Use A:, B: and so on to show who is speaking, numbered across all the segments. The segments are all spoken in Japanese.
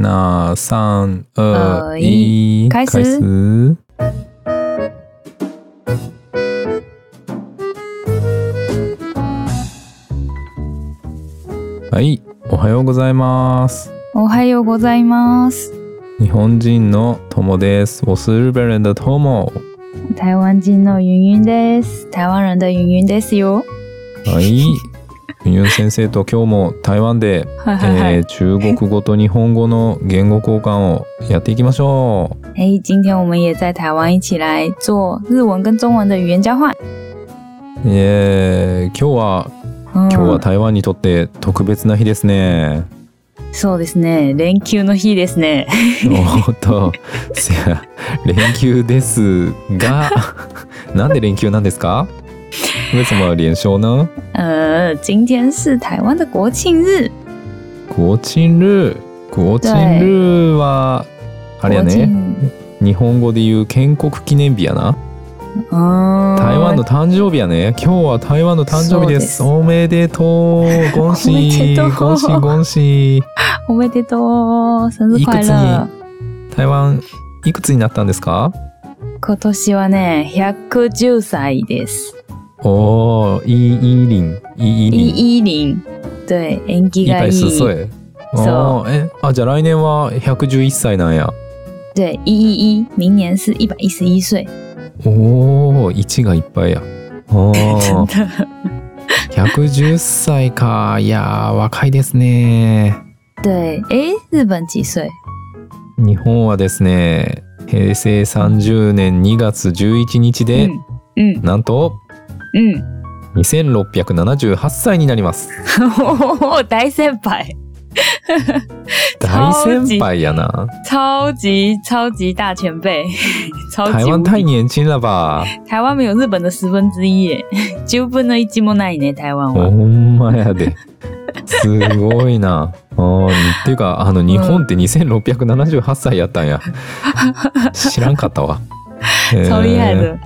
A: 那三二
B: 二
A: 一，
B: 一开始
A: 始はい、おはようございます。
B: おはようございます。
A: 日本人の友です。我是日本人的 Tomo。
B: 台湾人の云云です。台湾人的云云ですよ。
A: はい、みゆう先生と今日も台湾で、
B: はいはいはい。
A: えー中国語と日本語の言語交換をやっていきましょう。
B: 哎，今天我们也在台湾一起来做日文跟中文的语言交换。
A: えー今日は
B: 今
A: 今日は台湾にとって特別な日です ね。
B: そうですね。連休の日ですね。
A: おっと、せや連休ですが、 なんで連休なんですか？为什么连休呢？
B: 呃，今天是台湾的国庆日。
A: 国庆日、国庆日はあれやね。日本語で言う建国記念日やな。
B: 国庆。
A: 台湾の
B: 的
A: 誕生日やね。今日は台湾の誕生日です。
B: そ
A: おめでとう。恭喜
B: おめでとう
A: 恭喜恭喜。
B: おめでとう。生日
A: い
B: 快
A: くつに
B: 乐。
A: 台湾いくつになったんですか？
B: 今年はね、110歳です。
A: おー、一一零、一一零、
B: 一一零。对，縁起
A: 一
B: が
A: 百
B: い
A: 十
B: い。
A: 歳。
B: そう
A: おーえ、あ、じゃあ来年は百十一歳なんや。
B: 对，一一一，明年是一百一十一岁，
A: おー、一がいっぱ いや。お
B: 真
A: ー、
B: 的。
A: 百十歳か。いやー、若いですね。
B: 对，诶，日本几岁？
A: 日本はですね、平成三十年二月十一日で、
B: 嗯嗯
A: なんと
B: 嗯，
A: 二千六百七十八歳になります。
B: 大先輩，
A: 大先輩やな。
B: 超级超级大前辈， 超级
A: 台
B: 无
A: 湾
B: 敌
A: 太年轻了吧？
B: 台湾没有日本的十分之一耶， 十分の一もないね台湾
A: ほ
B: は。
A: んまやで。 すごいな。うんっていうかあの日本って2678歳やったんや。知らんかった わ。えー
B: 超厉害的。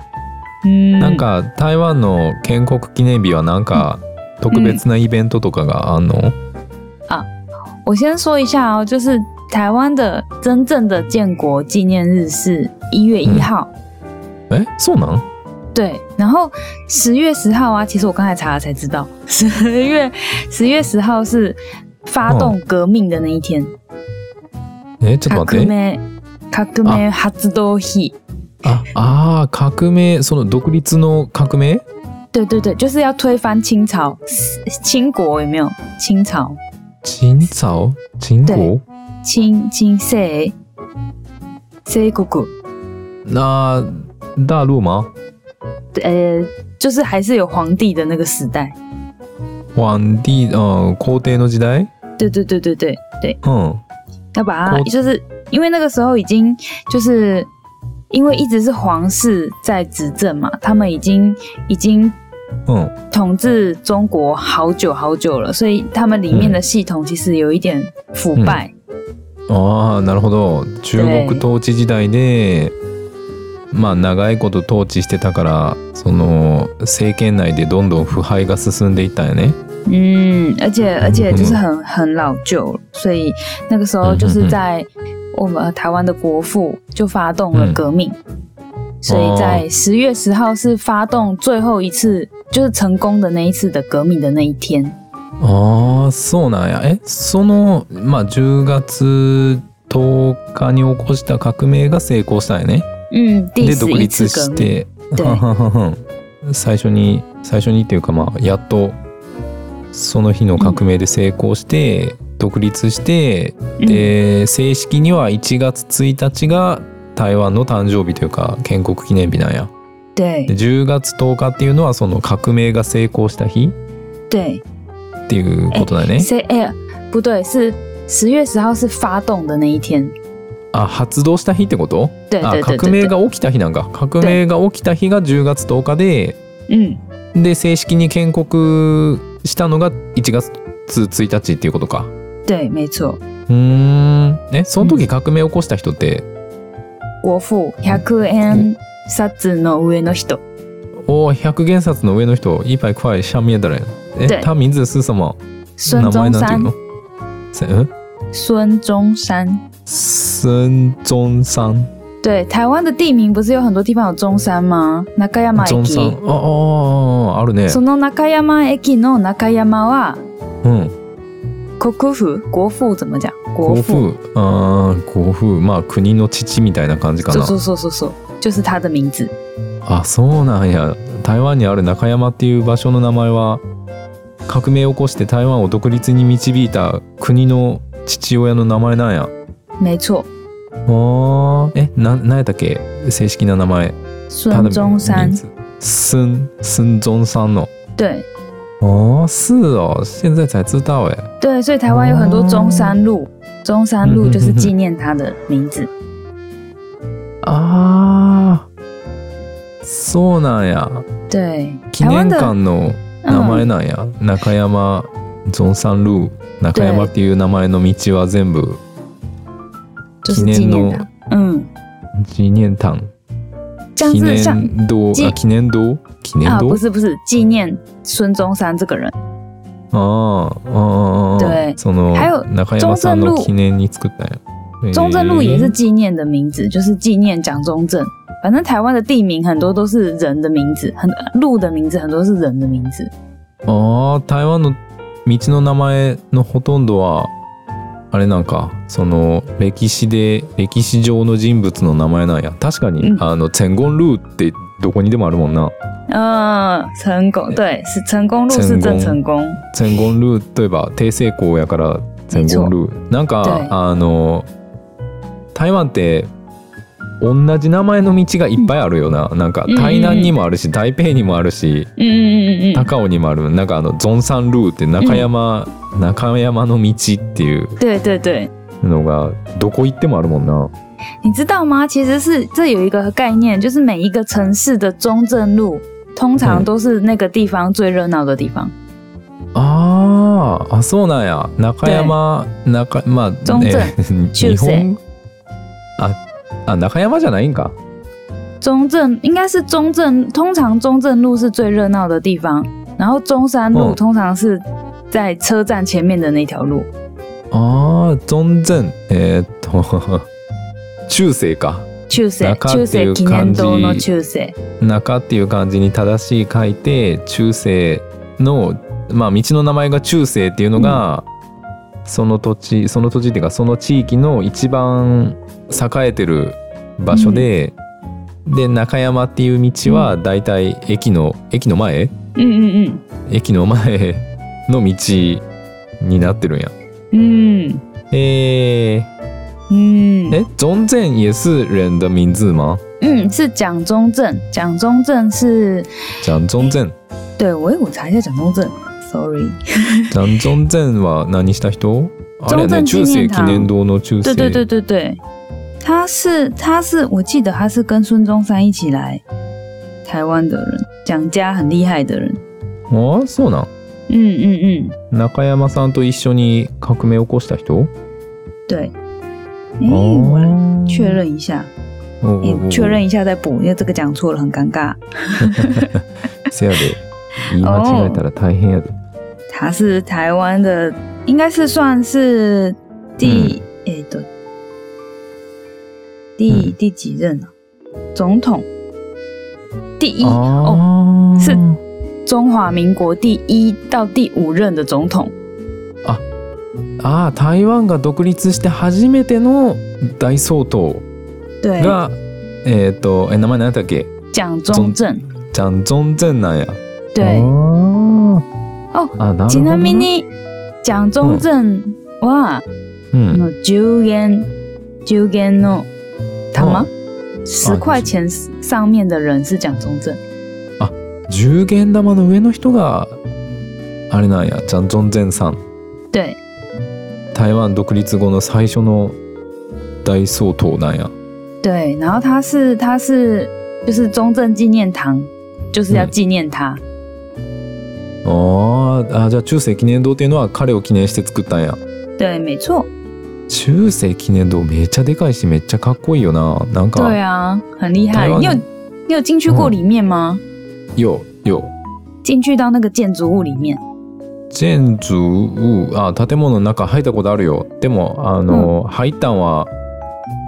B: 嗯，
A: なんか台湾の建国記念日はなんか特別なイベントとかがあんの、
B: 我先说一下哦，就是台湾的真正的建国纪念日是一月一号，
A: えそうなん
B: 对，然后十月十号啊，其实我刚才查了才知道， 十月十月十号是发动革命的那一天，
A: えちょっと待
B: 革
A: って。
B: 命革命発動日，
A: ああー革命その独立の革命
B: 对对对，就是要推翻清朝，清国有没有？清朝
A: 清朝清国
B: 清清谁？谁国国？
A: 那大陆吗
B: 呃，就是还是有皇帝的那个时代，
A: 皇帝、うん、皇帝の時代
B: 对对对对对对，
A: うん。
B: 要把它
A: 国
B: 就是因为那个时候已经就是因为一直是皇室在执政嘛，他们已经已经
A: うん
B: 统治中国好久好久了，所以他们里面的系统其实有一点腐败。
A: ああなるほど中国統治時代でまあ長いこと統治してたからその政権内でどんどん腐敗が進んでいったんやね。
B: 嗯，而且而且就是很很老旧了，所以那个时候就是在我们台湾的国父就发动了革命，所以在十月十号是发动最后一次，就是成功的那一次的革命的那一天。
A: ああそうなんや。えそのまあ10月10日に起こした革命が成功したんやね。
B: 嗯，第
A: で
B: 十
A: 独
B: 一
A: 立
B: 次革
A: し
B: 命，
A: て
B: 对
A: 最初に最初にっていうかまあやっとその日の革命で成功して、独立して
B: 嗯，
A: で正式には1月1日が台湾の誕生日というか建国記念日なんや
B: 对
A: で10月10日っていうのはその革命が成功した日
B: 对，
A: っていうことだよね
B: 谁哎、不对，是十月十号是发动的那一天，
A: あ発動した日ってこと
B: 对
A: あ
B: 对对
A: 啊革
B: 对
A: 命
B: 对，
A: が起きた日なんか革命が起きた日が10月10日で
B: 嗯，
A: で正式に建国したのが1月1日っていうことか
B: 对，没错，
A: うーんえその時革命起こした人って
B: 国父100円
A: 嗯
B: 札の上の人，
A: おー100元札の上の人一杯快下面的人え
B: 对
A: 他名字是什么
B: 孙中
A: 嗯名前なんていう
B: 山，
A: のせん
B: 孙中山。
A: 孙中山，
B: 对，台湾的地名不是有很多地方有中山吗？中山駅。
A: 中山、哦哦哦哦、あるね。
B: その中山駅の中山は
A: うん。
B: 国父国父怎么讲？国
A: 国
B: 父。
A: 父，嗯，国父、まあ国の父みたいな感じか
B: そう
A: な。
B: そうそうそうそう，就是他的名字。
A: あ、そうなんや。台湾にある中山っていう場所の名前は、革命を起こして台湾を独立に導いた国の父親の名前なんや。
B: 没错，
A: ああ、え、な、なんやったっけ正式な名前。
B: 孙中山。
A: すん、すんぞんさんの。
B: 对
A: 哦，是哦，现在才知道哎。
B: 对，所以台湾有很多中山路，中山路就是纪念他的名字。
A: あーそうなんや。
B: 对，
A: 記
B: 台湾
A: 念
B: 的嗯
A: 館の名前なんや。中山ゾンサンルー中山っていう名前の道は全部
B: 就是纪念
A: 記念の
B: 他。嗯，
A: 紀念館、
B: 像
A: 記
B: 是像
A: 念堂、
B: 記
A: あ記念堂、記念
B: 啊，
A: 堂
B: 不。是不是，纪念孙中山这个人。
A: あーあー、あーあ
B: 对
A: ー、その
B: 还有
A: 中山さん
B: 中
A: の
B: 正路
A: 記念に作ったんや。えー
B: 中正路也是纪念的名字，就是纪念蒋中正。反正台湾的地名很多都是人的名字，很路的名字很多是人的名字。
A: ああ台湾の道の名前のほとんどはあれなんかその歴史で歴史上の人物の名前なんや確かに、
B: うん
A: あの成功路ってどこにでもあるもんな
B: 嗯、成功对，是成功路是郑成功。
A: 成功路といえば帝成功やから成功路なん
B: はい
A: かあの台湾って同じ名前の道がいっぱいあるよな、なんか
B: うんうんうん
A: 台南にもあるし台北にもあるし
B: 嗯嗯嗯嗯嗯，
A: 高尾にもあるなんかあのゾンサンルーって中山、中山の道っていう
B: 对对对，
A: のがどこ行ってもあるもんな。
B: 你知道吗？其实是这有一个概念，就是每一个城市的中正路通常
A: 嗯
B: 都是那个地方最热闹的地方。
A: あーあそうなんや中山中まあ
B: 中正
A: えー
B: 中
A: 日
B: 正
A: 本ああ中山じゃないんか。
B: 中正应该是中正，通常中正路是最热闹的地方，然后中山路
A: 嗯
B: 通常是在车站前面的那条路。
A: ああ存然えーっと 中世か
B: Tuesday
A: 中っていう
B: Tuesday 記念堂の Tuesday，
A: 中っていう漢字に正しい書いて中世のまあ道の名前が中世っていうのが、その土地その土地っていうかその地域の一番栄えてる場所で、で中山っていう道はだいたい駅の駅の前
B: 嗯嗯
A: 駅の前の道になってるんや。
B: 嗯嗯
A: えー、
B: 嗯
A: え、中正也是人的名字吗？
B: 嗯，是蒋中正，蒋中正是
A: 蒋中正、
B: 对我我查一下蒋中正，sorry，
A: 蒋中正は何した人？あれやね、
B: 中
A: 中
B: 正紀
A: 世
B: 念
A: 記
B: 堂
A: 念堂の中世。
B: 对对对对对，他是他是我记得他是跟孙中山一起来台湾的人，蒋家很厉害的人，
A: ああ、そうなん。
B: 嗯嗯嗯，
A: 中山さんと一緒に革命を起こした人？
B: 对，哎、我来确认一下，
A: おうおう
B: 你
A: おう
B: 确认一下再补，因为这个讲错了很尴尬。
A: せやで。言い間違えたら大変やで。
B: 他是台湾的，应该是算是第诶、对，第、第几任啊？总统第一、哦，
A: ああ、
B: 是中华民国第一到第五任的总统，
A: ああ、台湾が独立して初めての大総統
B: 对，
A: が、えっと、え名前何だっけ？
B: 蒋中正，
A: 蒋中正なんや。
B: 对。
A: あー
B: お
A: あ、なるほど
B: ちなみ、に
A: 嗯
B: 蒋中正は、
A: う
B: あ
A: ん、
B: の10元10元
A: 哦啊
B: の玉、十块钱上面的人是蒋中正，
A: 十元玉の上の人があれなんや、ジャン・ジョンゼンさん、
B: 对。
A: 台湾独立後の最初の大総統なんや。
B: 对，然后他是他是就是中正纪念堂，就是
A: 嗯
B: 要纪念他。
A: あーあ、じゃあ中世記念堂っていうのは彼を記念して作ったんや。
B: 对，没错。
A: 中世記念堂めっちゃでかいしめっちゃかっこいいよな。なんか、
B: 对啊，很厉害。
A: 台湾
B: 你有你有进去过
A: 嗯
B: 里面吗？
A: よ、よ、
B: 进去到那个建筑物里面，
A: 建築物あ建物の中入ったことあるよでもあの、入ったんは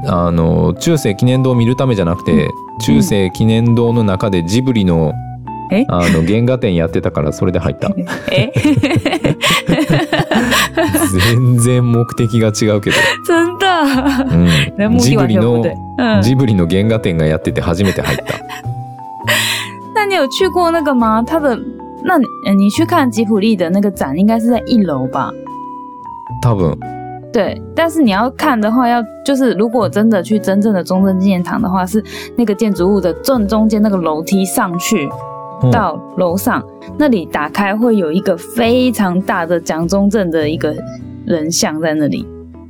A: あの中世記念堂を見るためじゃなくて、中世記念堂の中でジブリの
B: え
A: あの原画展やってたからそれで入った
B: 哎，
A: 全然目的が違うけど、
B: 真的，那
A: う
B: 目
A: ん、ジブ
B: 的完
A: リ
B: 全不
A: の
B: 对。嗯，
A: ジブリの原画展がやってて初めて入った
B: 那你有去过那个吗？它的那你呃你去看吉普力的那个展，应该是在一楼吧？
A: 多分
B: 对，但是你要看的话，要就是如果真的去真正的中正纪念堂的话，是那个建筑物的正中间那个楼梯上去
A: うん
B: 到楼上、那里打开会有一个非常大的蒋中正的一个人像在那里。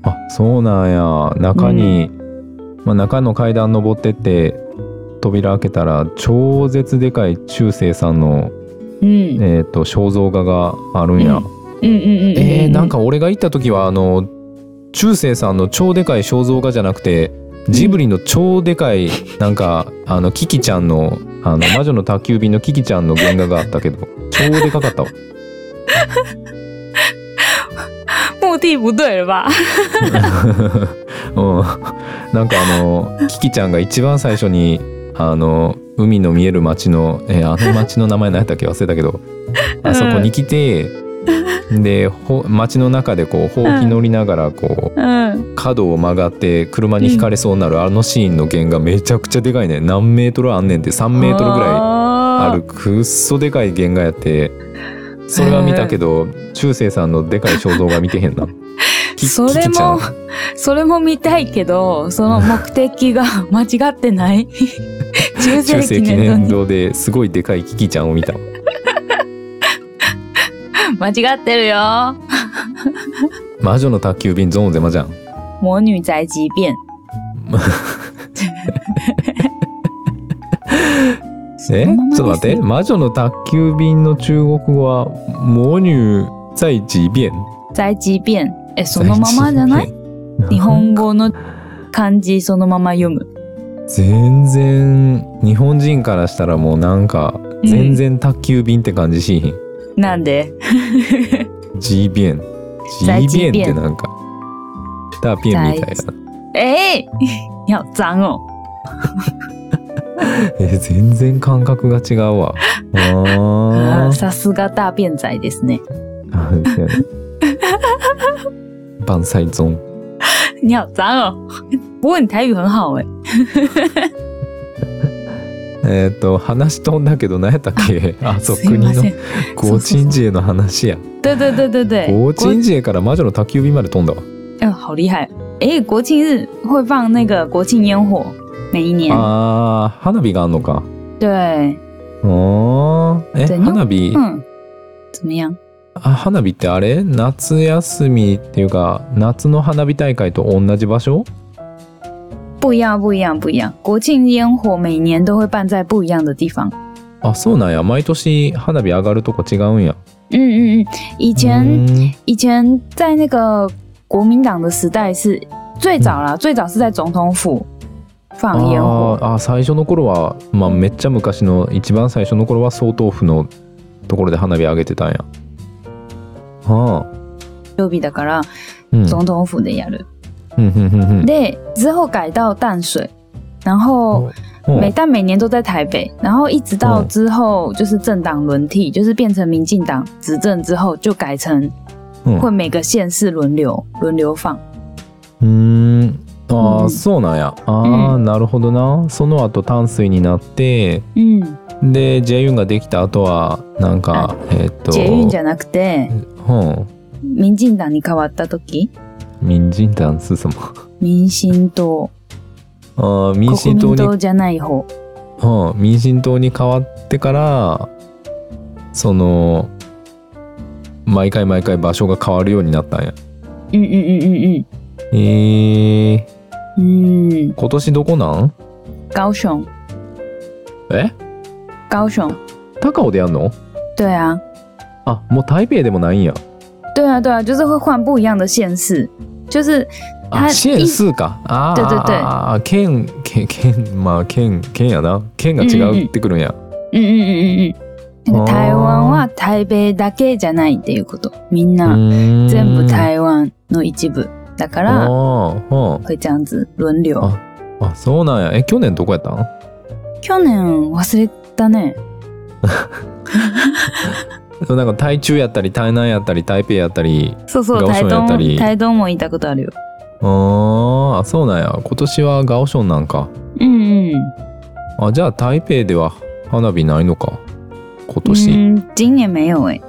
A: あそうなんや中に、まあ、中の階段登ってって扉開けたら超絶でかい中世さんの、
B: 嗯
A: えー、と肖像画があるんや、
B: うん嗯嗯嗯，
A: えー、
B: 嗯
A: なんか俺が行った時はあの中世さんの超でかい肖像画じゃなくてジブリの超でかいなんかあのキキちゃんのあの魔女の宅急便のキキちゃんの原画があったけど超でかかったわ
B: 目的不对了吧？
A: うん、なんかあのキキちゃんが一番最初にあの海の見える町の、えーあの町の名前何やったっけ忘れたけどあそこに来て、でほ町の中でこうほうき乗りながらこう、
B: 嗯，
A: 角を曲がって車にひかれそうになるあのシーンの原画めちゃくちゃでかいね何メートルあんねんって3メートルぐらいあ
B: 哦
A: るくっそでかい原画やってそれは見たけど中世さんのでかい肖像画見て へんなき
B: それ
A: ききちゃん
B: もそれも見たいけど、その目的 が間違って ない。中
A: 中
B: 世
A: 世
B: 記
A: 記
B: 念
A: 念
B: 堂に
A: 堂ですごいでかいキキちゃんを見た
B: 間違ってるよ。
A: 魔女の宅急便ゾーンゼマじゃん
B: 魔女宅急 便。
A: えちょ
B: そのままです
A: っと待って魔女の宅急便の中国語は魔女在地便
B: 宅急便。え、そのままじゃ ない日本語の漢字そのまま読む。
A: 全然日本人からしたらもうなんか
B: ん
A: 全然宅急便って感じしひん。
B: なんで
A: G 便。
B: 在
A: G
B: 地
A: 便っ
B: 便
A: てなんか大便みたいな。
B: えい 你好脏哦。
A: え全然感覚が違う わ。あ
B: あー
A: ー
B: さすが大便仔ですね。
A: あ。 万歳ゾーン。
B: 你好脏哦。 不过你台语很好哎。
A: えっ、と話飛んだけど何やったっけ？あそう
B: すい
A: 国
B: ま
A: の
B: せん。
A: ゴチンジエの話や。
B: 对对对对对。
A: ゴチンジエから魔女の宅急便まで飛んだわ。
B: 哎、好厉害！哎，国庆日会放那个国庆烟火，每一年。
A: 啊ああ花火があんのか。
B: 对，
A: おーえ
B: でにょ
A: 花火
B: 嗯，怎么样？
A: あ花火ってあれ夏休みっていうか夏の花火大会と同じ場所
B: 不一样，不一样，不一样。国庆烟火每年都会办在不一样的地方。
A: あそうなんや毎年花火上がるとこ違うんや
B: 嗯嗯嗯，以前、
A: うん
B: 以前在那个国民党的时代是最早啦，最早是在总统府
A: あ
B: 放烟火。
A: ーあ最初の頃はまあめっちゃ昔の一番最初の頃は総統府のところで花火上げてたんやはあ
B: 六比だから
A: うん
B: 总統府でやる。
A: うんうんうんうん
B: で之后改到淡水，然后。
A: うん
B: 每但每年都在台北，然后一直到
A: 嗯
B: 之后就是政党轮替，就是变成民进党执政之后，就改成
A: 嗯
B: 会每个县市轮流轮流放。
A: うーんあ
B: う
A: あ
B: ん
A: そうなんやああ
B: う
A: なるほどなその後淡水になって
B: 嗯，
A: で JUN ができた後はなんかえーっと
B: 捷运じゃなくて
A: 嗯うん
B: 民進党に変わった時、
A: 民進党是什么？
B: 民進党、
A: あー民
B: 国
A: 進党
B: 民
A: に、う
B: 党じゃない方。
A: ん、民進党に変わってからその毎回毎回場所が変わるようになったんや。
B: 嗯嗯嗯嗯
A: えー、
B: 嗯嗯，
A: 今年どこなん？
B: 高雄，
A: え？
B: 高雄，
A: 高尾でやんの？
B: 对啊，
A: あ、もう台北でもないんや。
B: 对啊，对啊，就是会换不一样的县市，就是
A: あ、
B: あ
A: 県数か。あー
B: 对对对
A: あー県県県まあ県県やな。県が違うってくるんや。
B: 嗯嗯嗯嗯嗯，なんか台湾は台北だけじゃないっていうこと。みんな全
A: 全
B: 部台湾の一部だ
A: か
B: か、
A: らあ
B: 会这样子轮流。
A: ああそうなんやえ去年どこやったん
B: 去年忘れたね。
A: そうなんか台中やったり台南やったり台北やったり
B: そうそう、
A: 高
B: 台
A: 雄や
B: 東
A: ったり
B: 台東も行ったことあるよ。
A: あーあそうなんや今年はガオションなんか
B: うんうん。
A: あじゃあ台北では花火ないのか今年、
B: 嗯，今年没有哎、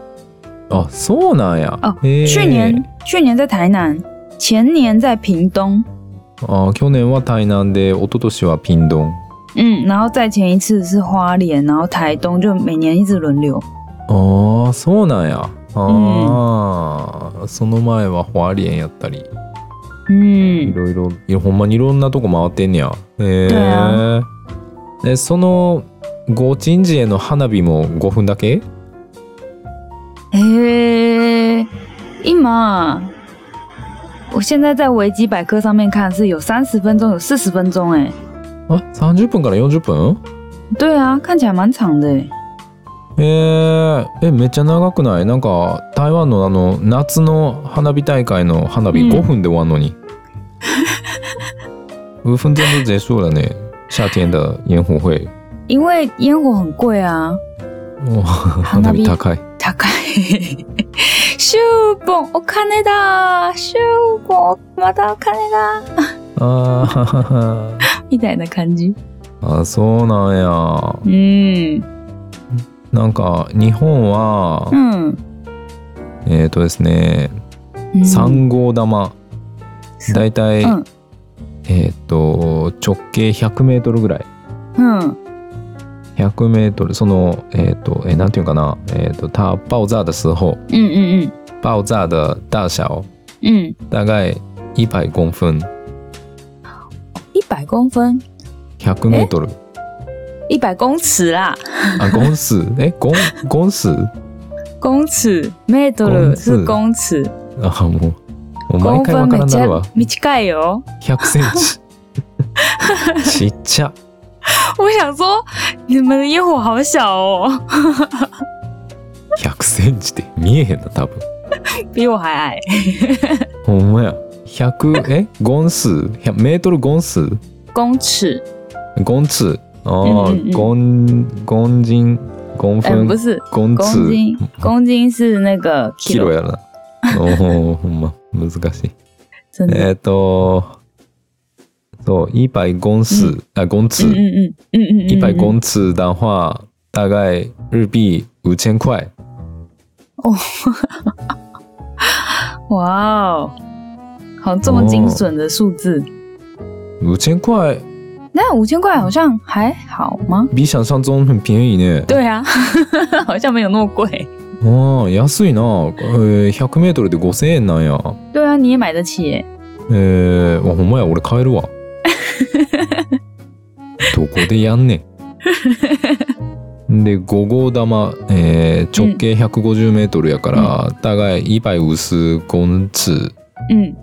A: あそうなんや
B: あ
A: へー
B: 去年去年在台南，前年在屏东，
A: あ去年は台南で一昨年はピンドン
B: 嗯，然后再前一次是花莲，然后台东，就每年一直轮流。
A: ああそうなんやあー、その前はホアリエンやったりい
B: 嗯，
A: ろいろいやほんまにいろんなとこ回ってんねやへえ
B: だよ
A: えそのゴチンジへの花火も5分だけ
B: 诶、今，哎我现在在维基百科上面看是有三十分钟，有四十分钟哎、
A: あ30分から40分
B: 对啊，看起来蛮长的哎、
A: へええめっちゃ長くないなんか台湾のあの夏の花火大会の花火
B: うん
A: 5分で終わん のに、5分钟就结束了ね夏天的烟火会
B: 因为烟火很贵 啊，
A: お 花火
B: 花火
A: 高い
B: 高 い。シューボン、お金だシューボン、またお金だ
A: あー
B: みたいな感じ。
A: あそうなんや
B: うん。
A: なんか日本は、
B: うん。
A: えっ、とですね
B: うん
A: 3号玉
B: さ
A: だいたい
B: うん
A: えっ、と直径100メートルぐらい
B: うん。
A: 100メートルそのえっ、とえーなんていうかなえっ、と它爆炸的时候
B: うんうん
A: 爆炸的大小
B: うん。うん。
A: 大概100公分
B: 100公分
A: 100メートル
B: ?100 公尺啦。
A: あゴンスえゴンゴンス
B: 公尺。メートル是公尺。
A: あもうもう毎
B: 公
A: 回わ
B: 分
A: か
B: め
A: ら
B: っ
A: ん
B: ち
A: な
B: ゃ
A: るわ
B: 短いよ。
A: 100セン チちっちゃ
B: 我想说、你们的烟火好小 哦。
A: 100センチって見えへんな多分
B: 比我还矮。
A: ほんまや100えゴン数100メートルゴン数
B: 公尺。
A: ゴンツああ、
B: うんうんうん
A: ゴンゴンジンゴンフ
B: 哎、
A: ン、
B: 不是。
A: ゴン
B: 公嗯
A: ツ
B: 斤。公斤是那个
A: キロや なおおほんま難しい
B: 真的。
A: えっ、とそう一杯ゴン数、あゴンツ、
B: 嗯嗯嗯嗯嗯嗯。
A: 一百公尺的话，大概日币五千块。
B: 哇哦，好这么精准的数字，
A: 五千块
B: 那五千块好像还好吗？
A: 比想象中很便宜呢。
B: 对啊， 好像没有那么贵。
A: 哦，安いな。えー、100メートルで5000円なんや。
B: 对啊，你也买得起耶。
A: えー、わほんまや、俺買える わ。どこでやんねん。で、5号玉、えー、直径150メートルやから、大概150公尺。
B: 嗯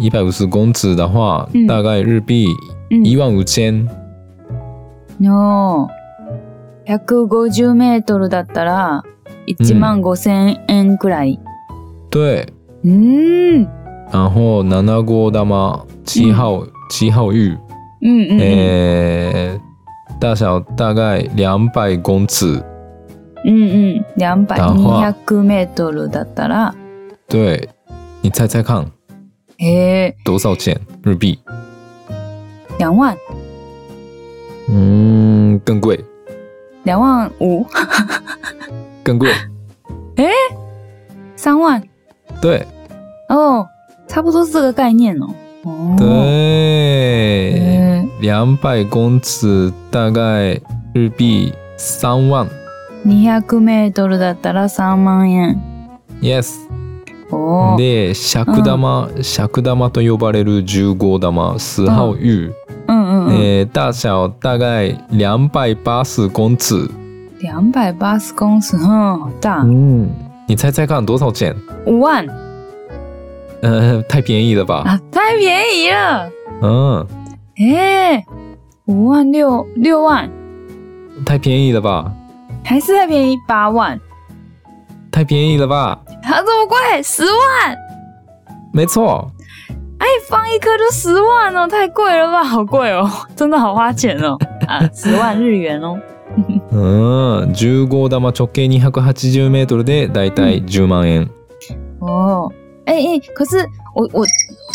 A: 150公尺的话
B: うん，
A: 大概日币
B: 嗯。
A: 15000。
B: 哦、百五十メートルだったら一万五千円くらい。
A: 对。
B: 嗯
A: 然后七号玉七号、七号玉，
B: 嗯嗯嗯
A: 诶、大小大概两百公尺，
B: 嗯嗯，两百
A: 談話
B: 二百メートルだったら、
A: 对，你猜猜看
B: え
A: 多少钱日币？
B: ー、两万
A: 嗯，更贵，
B: 两万五
A: 更贵，
B: 三万
A: 对
B: 哦，差不多是这个概念哦。哦，
A: 对，
B: 嗯，
A: 两百公尺大概日币三万
B: 200メートルだったら3万円。
A: ，yes。
B: おー
A: で、尺玉、尺玉と呼ばれる十号玉、十号玉。
B: うんうんうん。
A: えー大小大概两百八十公尺。
B: 280公尺、うん、好大。
A: 嗯，你猜猜看多少钱？
B: 5万
A: 呃，太便宜了吧？
B: あ、太便宜了
A: 嗯，
B: 哎ええー、5万、6、6万
A: 太便宜了吧？
B: 还是太便宜，八万，啊
A: 太便宜了吧？
B: 还这么贵，十万！
A: 没错，
B: 哎，放一颗就十万哦，太贵了吧？好贵哦， 真的好花钱哦，啊，十万日元哦。
A: うん、15玉直径280メートルでだいたい10万円。
B: 哦，哎、哎、可是我我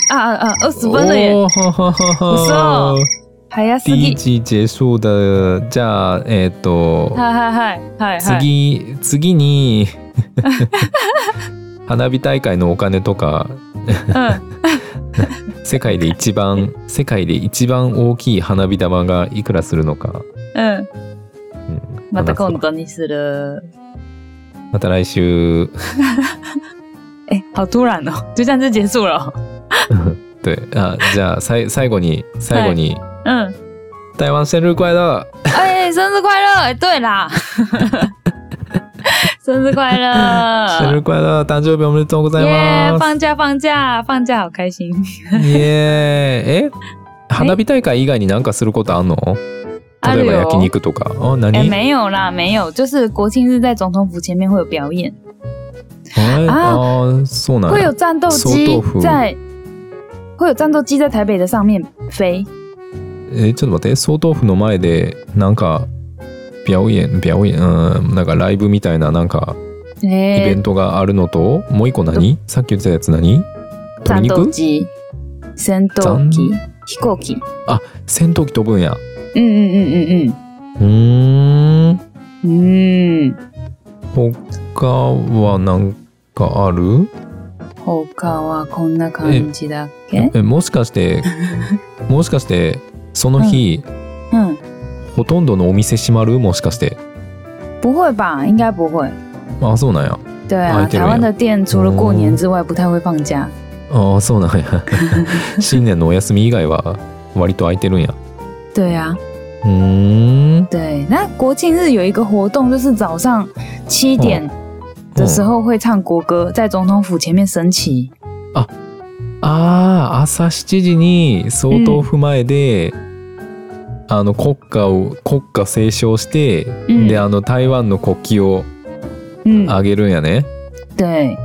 B: 啊啊啊，二十分了耶！哎
A: おーはははは
B: 嘘还要
A: 哦第一
B: ぎ，
A: 季结束的じゃあえっ、と
B: 嗨嗨嗨嗨嗨，
A: 次次に花火大会のお金とか
B: 嗯，
A: 世界で一番世界で一番大きい花火玉がいくらするのか
B: 嗯
A: 嗯，
B: また
A: 話すわ
B: 今度にする。
A: また来週
B: 哎、好突然哦，就这样就结束了哦、
A: 对あじゃあさい最後に最後に、
B: 嗯，
A: 台湾生日快乐
B: 哎、生日快乐！哎、对啦， 生日快
A: 生日
B: 乐！
A: 快乐誕生日おめでとうござい
B: 耶、
A: ます
B: 放假放假放假，好开心。
A: イエーイえ花火大会以外に何かすることあんの
B: あ
A: 例え
B: る
A: ば
B: よ
A: 焼肉とか。あ、何
B: 哎、没有啦，没有，就是国庆日在总统府前面会有表演，
A: え
B: あ
A: あーそうなん
B: 会有
A: や。
B: 战斗
A: 嗯臭豆
B: 机
A: 腐
B: 在，会有战斗机在台北的上面飞。
A: え、ちょっと待って、総豆腐の前で、なんか、表演、表演、うん、なんかライブみたいな、なんか、イ
B: 哎、
A: ベントがあるのと、もう一個何さっき言ってたやつ何
B: 战
A: 鶏
B: 斗
A: 肉
B: 机，戦斗機，飛行機。
A: 戦闘機飛ぶんや。
B: 嗯嗯嗯嗯
A: うーん。
B: 嗯嗯。
A: 他はなんかある
B: 他
A: 哎
B: はこんな
A: 嗯
B: 感じだっけ？
A: え、もしかして、もしかして、その日、
B: 嗯，
A: ほとんどのお店閉まるもしかして。
B: 不会吧？应该不会。
A: あ、そうなんや。
B: 对
A: 啊
B: 啊，
A: 对哦
B: 台湾的店除了过年之外不太会放假。
A: ああ、そうなん や。新年のお休み以外は割と空いてるんや。
B: 对啊，
A: うーん。
B: 对。那国庆日有一个活动，就是早上
A: 哦
B: 七点的时候会唱国歌，在总统府前面升旗。
A: ああ、朝7時に総統府前で、あの国歌を国歌斉唱して、
B: うん
A: であの台湾の国旗を
B: 嗯，
A: あげるんやね。
B: 对，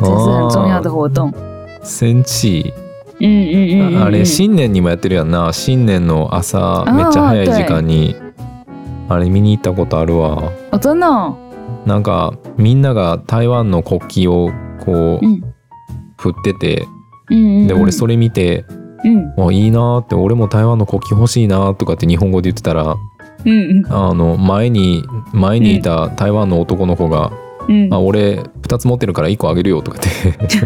B: 这是很重要的
A: 哦
B: 活动。
A: センチ、
B: 嗯嗯嗯嗯，
A: あれ
B: 嗯
A: 啊新年にもやってるやんな新年の朝めっちゃ早い時間にあれ見に行ったことあるわ。
B: 哦，真的哦，
A: なんかみんなが台湾の国旗をこう
B: 嗯
A: 振ってて、
B: 嗯嗯，
A: で
B: 嗯
A: 俺それ見て
B: 嗯
A: 「あいいな」って「俺も台湾の国旗欲しいな」とかって日本語で言ってたら
B: 嗯嗯
A: あの前に前にいた台湾の男の子が「
B: 嗯
A: あ俺2つ持ってるから1個あげるよ」とか言って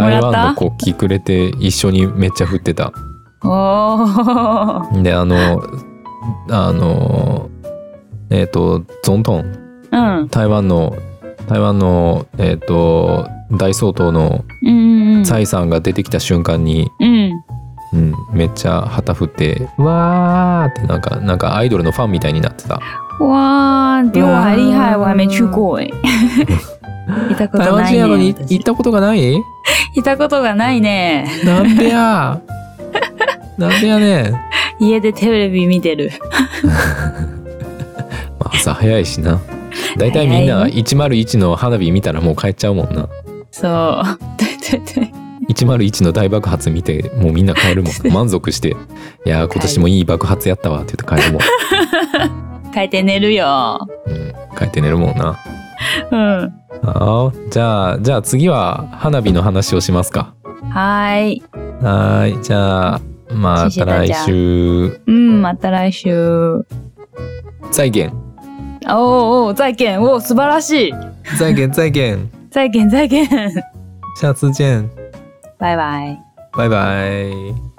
B: もら
A: 台
B: った
A: 湾の国旗くれて一緒にめっちゃ振ってた。
B: 哦，
A: であのあのえっ、とゾントン
B: 嗯
A: 台湾の台湾のえっ、と大総統の
B: 嗯嗯嗯
A: 蔡さんが出てきた瞬間に、
B: 嗯。
A: うん、めっちゃ旗振って「わー」ってなんかなんかアイドルのファンみたいになってた
B: 哇，你比我还厉害，
A: 哇
B: 我还没去过哎。 行ったこと
A: 台湾
B: ない
A: 人やのに
B: ね。
A: 行ったことがない
B: 行ったことがないね。
A: なんで やなんでやねんま
B: 家でテレビ見てる。
A: あ朝早いしな大体みんな
B: 早
A: 101の花火見たらもう帰っちゃうもんな
B: そう。 对对对。
A: 101の大爆発見てもうみんな帰るも ん満足して「いやー今年もいい爆発やったわ」って言って帰るもん、
B: 書いて寝るよ。
A: うん、帰って寝るもんな
B: うん。
A: あーじゃあじゃあ次は花火の話をしますか
B: はい。
A: はーいじゃあま
B: 谢
A: た
B: 谢
A: 来
B: 大家
A: 週
B: うん、また来週。
A: 再見
B: おーおー、再见。おー、素晴らしい。
A: 再见再见
B: 再见再见。
A: 下次见
B: バイバイ。
A: 拜拜。